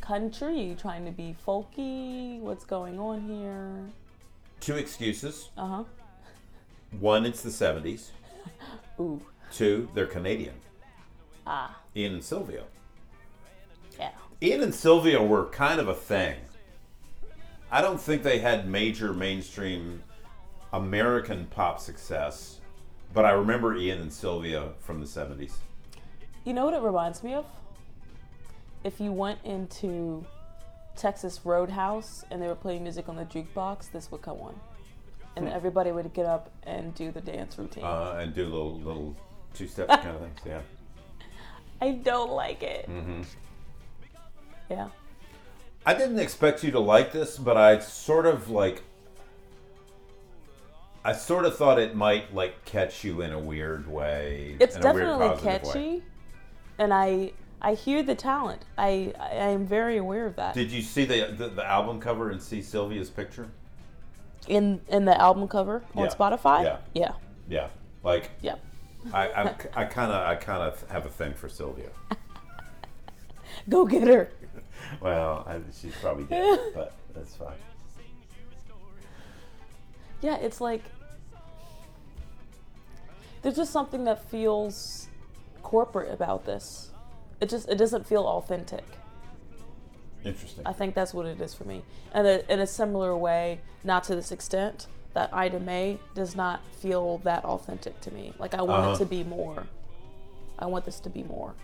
Speaker 1: country? Are you trying to be folky? What's going on here?
Speaker 2: Two excuses.
Speaker 1: Uh huh.
Speaker 2: One, it's the 70s.
Speaker 1: Ooh.
Speaker 2: Two, they're Canadian.
Speaker 1: Ah.
Speaker 2: Ian and Sylvia.
Speaker 1: Yeah.
Speaker 2: Ian and Sylvia were kind of a thing. I don't think they had major mainstream American pop success, but I remember Ian and Sylvia from the 70s.
Speaker 1: You know what it reminds me of? If you went into Texas Roadhouse and they were playing music on the jukebox, this would come on. And
Speaker 2: Hmm.
Speaker 1: everybody
Speaker 2: Uh-huh.
Speaker 1: would get up and do the dance routine. [LAUGHS]
Speaker 2: Uh, and do little little two step kind of things, yeah.
Speaker 1: I don't like it.
Speaker 2: Mm-hmm.
Speaker 1: Yeah.
Speaker 2: I didn't expect you to like this, but I sort of like. I sort of thought it might like catch you in a weird way.
Speaker 1: It's
Speaker 2: in a weird
Speaker 1: definitely
Speaker 2: positive way.
Speaker 1: catchy, and I I hear the talent. I I I am very aware of that.
Speaker 2: Did you see the, the the album cover and see Sylvia's picture?
Speaker 1: in in the album cover on
Speaker 2: Yeah.
Speaker 1: Spotify.
Speaker 2: Yeah.
Speaker 1: Yeah.
Speaker 2: Yeah, like
Speaker 1: Yeah.
Speaker 2: I I'm, I kind of I kind of have a thing for Sylvia.
Speaker 1: Go get her.
Speaker 2: Well, I, she's probably dead, but that's fine.
Speaker 1: Yeah, it's like there's just something that feels corporate about this. It just it doesn't feel authentic.
Speaker 2: Interesting.
Speaker 1: I think that's what it is for me. And it- in a similar way, not to this extent, that Ida May does not feel that authentic to me. Like I want
Speaker 2: Uh-huh.
Speaker 1: it to be more. I want this to be more.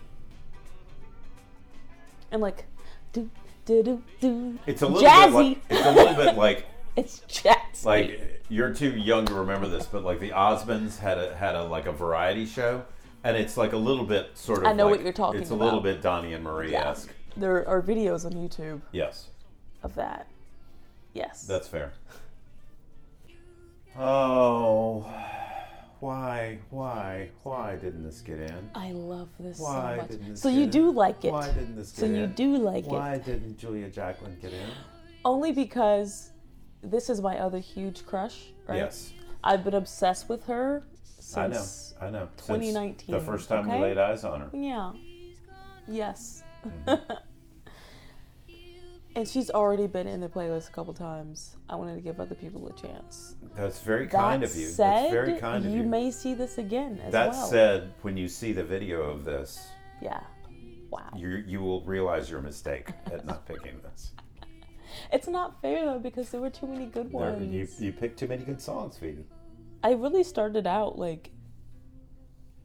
Speaker 1: And like, do do do do.
Speaker 2: It's a little
Speaker 1: jazzy.
Speaker 2: bit like it's a little bit like
Speaker 1: [LAUGHS] It's jazzy.
Speaker 2: like you're too young to remember this, but like the Osmonds had a had a like a variety show, and it's like a little bit sort of.
Speaker 1: I know
Speaker 2: like-
Speaker 1: what you're talking
Speaker 2: It's a little
Speaker 1: about.
Speaker 2: bit Donnie and Marie esque.
Speaker 1: there are videos on YouTube
Speaker 2: Yes,
Speaker 1: of that. Yes.
Speaker 2: that's fair. Oh, why, why, why didn't this get in?
Speaker 1: I love this
Speaker 2: Why
Speaker 1: so much.
Speaker 2: didn't this
Speaker 1: so you
Speaker 2: get
Speaker 1: do
Speaker 2: in?
Speaker 1: like it.
Speaker 2: Why didn't this get
Speaker 1: so
Speaker 2: in?
Speaker 1: you do like it.
Speaker 2: Why didn't Julia Jacqueline get in?
Speaker 1: Only because this is my other huge crush, [GASPS] right?
Speaker 2: Yes.
Speaker 1: I've been obsessed with her
Speaker 2: I know.
Speaker 1: since
Speaker 2: I know. Since
Speaker 1: 2019,
Speaker 2: the first time
Speaker 1: okay?
Speaker 2: we laid eyes on her.
Speaker 1: Yeah. Yes.
Speaker 2: Mm-hmm.
Speaker 1: [LAUGHS] and she's already been in the playlist a couple times. I wanted to give other people a chance.
Speaker 2: That's very kind
Speaker 1: that
Speaker 2: of you.
Speaker 1: Said,
Speaker 2: That's very kind of you.
Speaker 1: may see this again as
Speaker 2: that
Speaker 1: well.
Speaker 2: said, when you see the video of this,
Speaker 1: yeah. Wow.
Speaker 2: you you will realize
Speaker 1: [LAUGHS]
Speaker 2: your mistake at not picking this.
Speaker 1: It's not fair though because there were too many good
Speaker 2: There-
Speaker 1: ones.
Speaker 2: You you picked too many good songs, Phoebe.
Speaker 1: I really started out like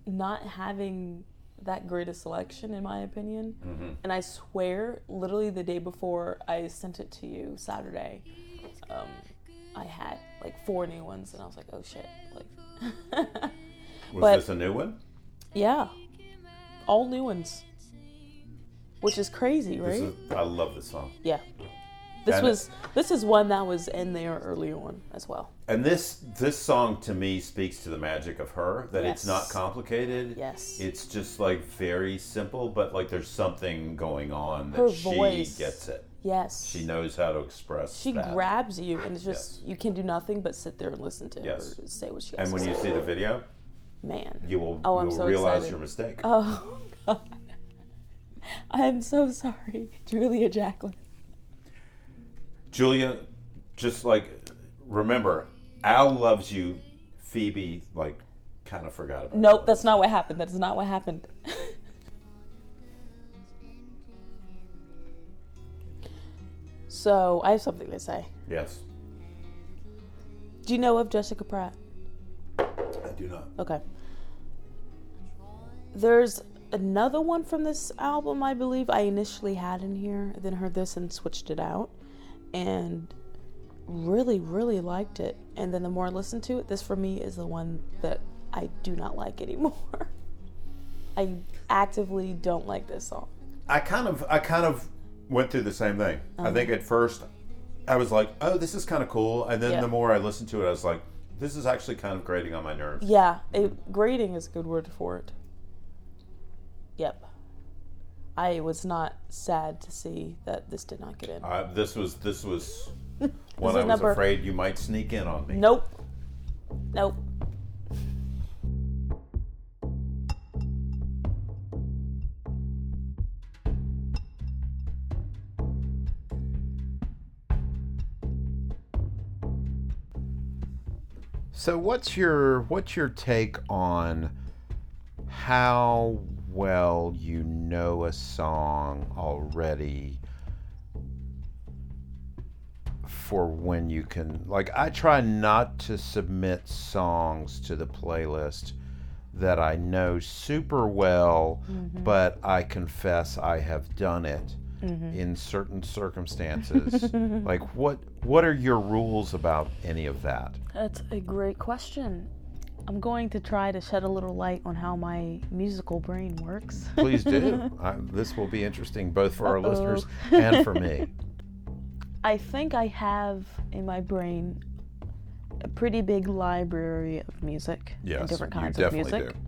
Speaker 1: not having that great a selection in my opinion.
Speaker 2: Mm-hmm.
Speaker 1: And I swear literally the day before I sent it to you Saturday, um, I had like four new ones and I was like, "Oh shit." Like
Speaker 2: Was
Speaker 1: But-
Speaker 2: this a new one?
Speaker 1: yeah. All new ones. Which is crazy, right?
Speaker 2: This is, I love this song.
Speaker 1: yeah. This
Speaker 2: And-
Speaker 1: was this is one that was in there early on as well.
Speaker 2: And this this song to me speaks to the magic of her that it's not
Speaker 1: Yes.
Speaker 2: complicated.
Speaker 1: Yes.
Speaker 2: It's just like very simple, but like there's something going on that
Speaker 1: Her
Speaker 2: she
Speaker 1: voice.
Speaker 2: gets it.
Speaker 1: Yes.
Speaker 2: She knows how to express
Speaker 1: She
Speaker 2: that.
Speaker 1: grabs you, and it's just you can do nothing but sit there and listen to
Speaker 2: Yes.
Speaker 1: her say what she has
Speaker 2: and when
Speaker 1: to
Speaker 2: you
Speaker 1: say.
Speaker 2: see the video,
Speaker 1: Man,
Speaker 2: you will,
Speaker 1: Oh,
Speaker 2: you
Speaker 1: I'm
Speaker 2: will
Speaker 1: so
Speaker 2: realize
Speaker 1: excited.
Speaker 2: your mistake.
Speaker 1: oh god, [LAUGHS] I'm so sorry, Julia Jacqueline.
Speaker 2: Julia, just like remember, Al loves you. Phoebe like kind of forgot about.
Speaker 1: Nope, that's not what happened. That is not what happened. [LAUGHS] so I have something to say.
Speaker 2: it. Yes,
Speaker 1: Do you know of Jessica Pratt?
Speaker 2: I do not.
Speaker 1: Okay. There's another one from this album, I believe, I initially had in here, then heard this and switched it out. And really, really liked it. And then the more I listened to it, this for me is the one that I do not like anymore. [LAUGHS] I actively don't like this song.
Speaker 2: I kind of I kind of went through the same thing. I think at first I was like, oh, this is kind of cool, and then
Speaker 1: Yeah.
Speaker 2: the more I listened to it, I was like, this is actually kind of grating on my nerves.
Speaker 1: Yeah, it, grading is a good word for it. Yep. I was not sad to see that this did not get in.
Speaker 2: Uh, this was this
Speaker 1: [LAUGHS]
Speaker 2: was one
Speaker 1: is
Speaker 2: I was
Speaker 1: number-
Speaker 2: afraid you might sneak in on me.
Speaker 1: Nope. Nope.
Speaker 2: So what's your what's your take on how well you know a song already for when you can like I try not to submit songs to the playlist that I know super well but I confess I have done it in certain circumstances like what what are your rules about any of that
Speaker 1: That's a great question. I'm going to try to shed a little light on how my musical brain works. [LAUGHS]
Speaker 2: Please do. I, this will be interesting both for our
Speaker 1: Uh-oh.
Speaker 2: listeners and
Speaker 1: [LAUGHS]
Speaker 2: for me.
Speaker 1: I think I have in my brain a pretty big library of music. and
Speaker 2: Yes,
Speaker 1: different
Speaker 2: you
Speaker 1: kinds of
Speaker 2: definitely
Speaker 1: music.
Speaker 2: do.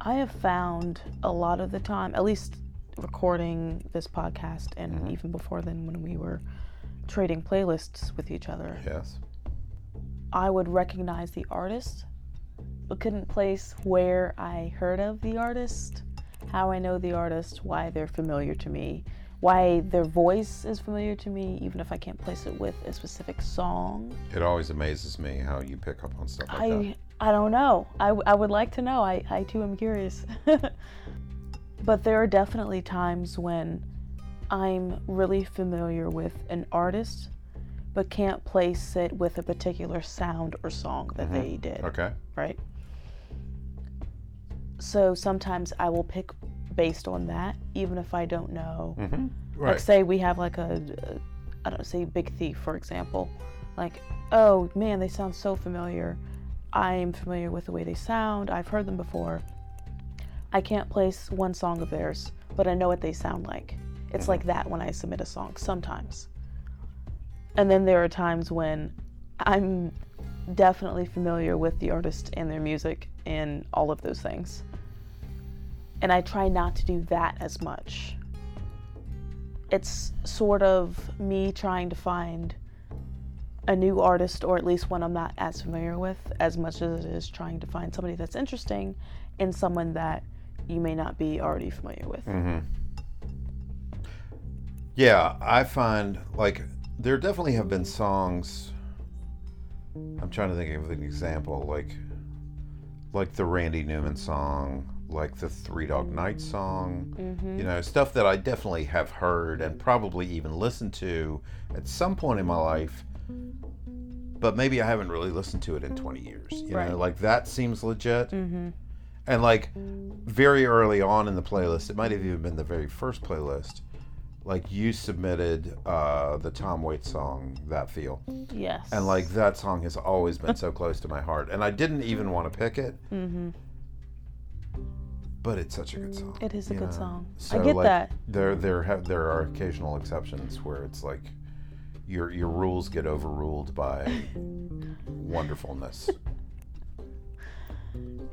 Speaker 1: I have found a lot of the time, at least recording this podcast and
Speaker 2: Mm-hmm.
Speaker 1: even before then when we were trading playlists with each other,
Speaker 2: Yes.
Speaker 1: I would recognize the artist but couldn't place where I heard of the artist, how I know the artist, why they're familiar to me, why their voice is familiar to me, even if I can't place it with a specific song.
Speaker 2: It always amazes me how you pick up on stuff like that.
Speaker 1: I I don't know. I, w- I would like to know. I, I too am curious. [LAUGHS] but there are definitely times when I'm really familiar with an artist but can't place it with a particular sound or song that they did,
Speaker 2: Okay.
Speaker 1: right? So sometimes I will pick based on that even if I don't know
Speaker 2: Mm-hmm. Right.
Speaker 1: like say we have like a, a I don't say Big Thief for example, like oh man they sound so familiar, I'm familiar with the way they sound. I've heard them before. I can't place one song of theirs, but I know what they sound like. It's like that when I submit a song sometimes. And then there are times when I'm definitely familiar with the artist and their music and all of those things. And I try not to do that as much it's sort of me trying to find a new artist or at least one I'm not as familiar with as much as it is trying to find somebody that's interesting and someone that you may not be already familiar with.
Speaker 2: Mm-hmm. Yeah, I find like there definitely have been songs. I'm trying to think of an example, like like the Randy Newman song, like the Three Dog Night song. You know, stuff that I definitely have heard and probably even listened to at some point in my life. But maybe I haven't really listened to it in 20 years. You
Speaker 1: Right.
Speaker 2: know, like that seems legit. And like very early on in the playlist, it might have even been the very first playlist. Like you submitted uh, the Tom Waits song "That Feel,"
Speaker 1: Yes.
Speaker 2: and like that song has always been so close to my heart, and I didn't even want to pick it. Mm-hmm. But it's such a good song.
Speaker 1: it is a
Speaker 2: you
Speaker 1: good
Speaker 2: know?
Speaker 1: song.
Speaker 2: So,
Speaker 1: I get
Speaker 2: like,
Speaker 1: that.
Speaker 2: There, there have there are occasional exceptions where it's like your your rules get overruled by wonderfulness.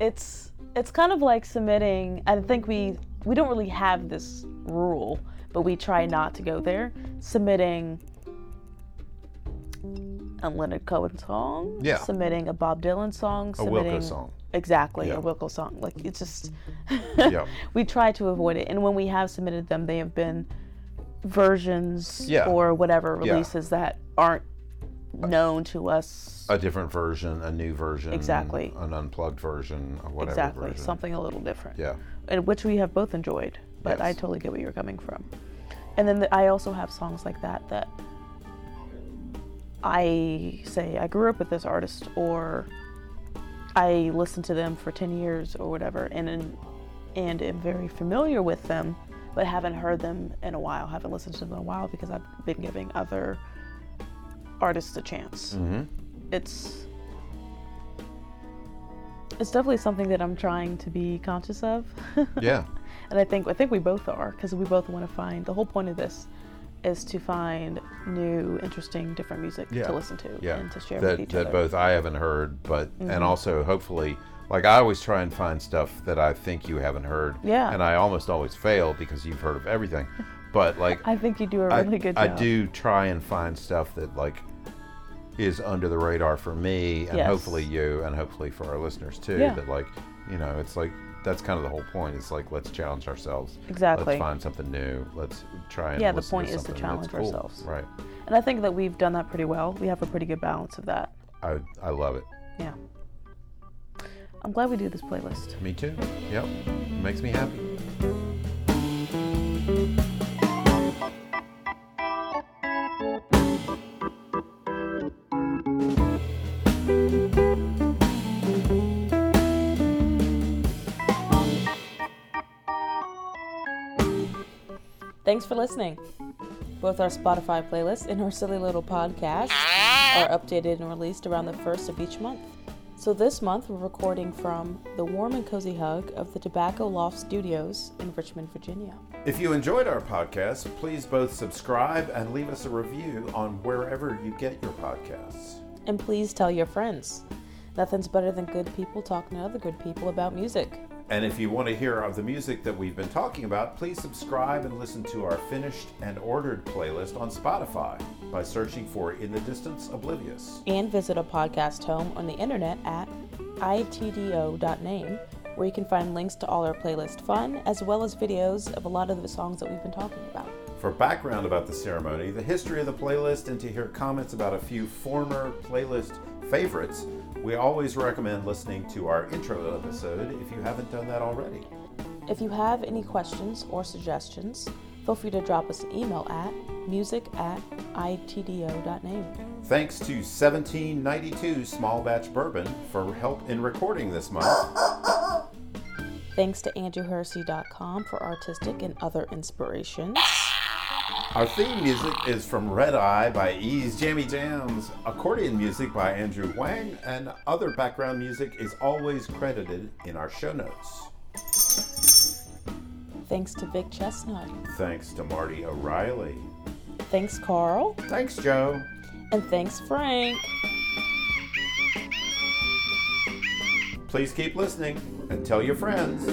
Speaker 1: It's it's kind of like submitting I think we we don't really have this rule, but we try not to go there. Submitting a Leonard Cohen song,
Speaker 2: Yeah.
Speaker 1: submitting a Bob Dylan song,
Speaker 2: A
Speaker 1: submitting [LAUGHS]
Speaker 2: Wilco song.
Speaker 1: Exactly,
Speaker 2: Yeah.
Speaker 1: a Wilco song. Like it's just
Speaker 2: Yeah.
Speaker 1: we try to avoid it, and when we have submitted them, they have been versions
Speaker 2: Yeah.
Speaker 1: or whatever
Speaker 2: Yeah. Uh,
Speaker 1: releases that aren't known to us.
Speaker 2: a different version, a new version,
Speaker 1: Exactly.
Speaker 2: an unplugged version, or whatever
Speaker 1: exactly,
Speaker 2: version.
Speaker 1: something a little different,
Speaker 2: Yeah,
Speaker 1: and which we have both enjoyed. But I
Speaker 2: Yes.
Speaker 1: totally get where you're coming from. And then the, I also have songs like that that I say I grew up with this artist, or I listened to them for 10 years or whatever, and and- and am very familiar with them, but haven't heard them in a while, haven't listened to them in a while because I've been giving other artists a chance.
Speaker 2: Mm. Mm-hmm.
Speaker 1: It's it's definitely something that I'm trying to be conscious of. [LAUGHS]
Speaker 2: yeah,
Speaker 1: And I think I think we both are because we both want to find the whole point of this is to find new, interesting, different music
Speaker 2: Yeah.
Speaker 1: to listen to
Speaker 2: yeah.
Speaker 1: and to share
Speaker 2: that
Speaker 1: with each
Speaker 2: that
Speaker 1: other. Mm-hmm.
Speaker 2: both I haven't heard, but and also hopefully, like I always try and find stuff that I think you haven't heard.
Speaker 1: Yeah.
Speaker 2: and I almost always fail because you've heard of
Speaker 1: [LAUGHS]
Speaker 2: everything, but like
Speaker 1: I think you do a
Speaker 2: I,
Speaker 1: really good
Speaker 2: I
Speaker 1: job.
Speaker 2: do try and find stuff that like is under the radar for me and
Speaker 1: Yes.
Speaker 2: hopefully you and hopefully for our listeners too
Speaker 1: Yeah.
Speaker 2: that like you know it's like that's kind of the whole point it's like let's challenge ourselves
Speaker 1: Exactly.
Speaker 2: let's find something new let's try and
Speaker 1: Yeah, the
Speaker 2: listen
Speaker 1: point
Speaker 2: to
Speaker 1: is to
Speaker 2: something that's
Speaker 1: challenge
Speaker 2: cool.
Speaker 1: ourselves.
Speaker 2: right
Speaker 1: And I think that we've done that pretty well. We have a pretty good balance of that.
Speaker 2: I, I love it
Speaker 1: Yeah. I'm glad we do this playlist.
Speaker 2: me too yep makes me happy
Speaker 1: Thanks for listening. Both our Spotify playlist and our silly little podcast are updated and released around the first of each month. So this month we're recording from the warm and cozy hug of the Tobacco Loft Studios in Richmond, Virginia.
Speaker 2: If you enjoyed our podcast, please both subscribe and leave us a review on wherever you get your podcasts.
Speaker 1: And please tell your friends. Nothing's better than good people talking to other good people about music.
Speaker 2: And if you want to hear of the music that we've been talking about, please subscribe and listen to our finished and ordered playlist on Spotify by searching for In the Distance Oblivious.
Speaker 1: And visit a podcast home on the internet at itdo.name, where you can find links to all our playlist fun, as well as videos of a lot of the songs that we've been talking about.
Speaker 2: For background about the ceremony, the history of the playlist, and to hear comments about a few former playlist favorites, we always recommend listening to our intro episode if you haven't done that already.
Speaker 1: If you have any questions or suggestions, feel free to drop us an email at music at itdo.name.
Speaker 2: Thanks to 1792 Small Batch Bourbon for help in recording this month.
Speaker 1: Thanks to andrewhersey.com for artistic and other inspiration.
Speaker 2: Our theme music is from Red Eye by Ease Jammy Jams, accordion music by Andrew Wang, and other background music is always credited in our show notes.
Speaker 1: Thanks to Vic Chestnut.
Speaker 2: Thanks to Marty O'Reilly.
Speaker 1: Thanks, Carl.
Speaker 2: Thanks, Joe.
Speaker 1: And thanks, Frank.
Speaker 2: Please keep listening and tell your friends.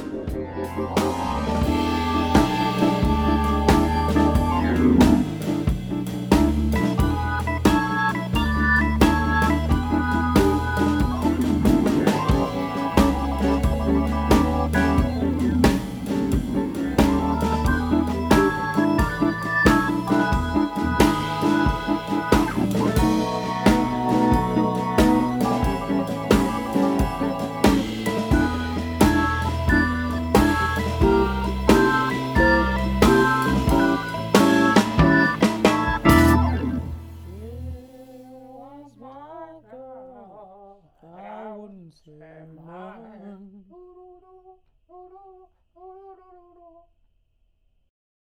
Speaker 1: I wouldn't say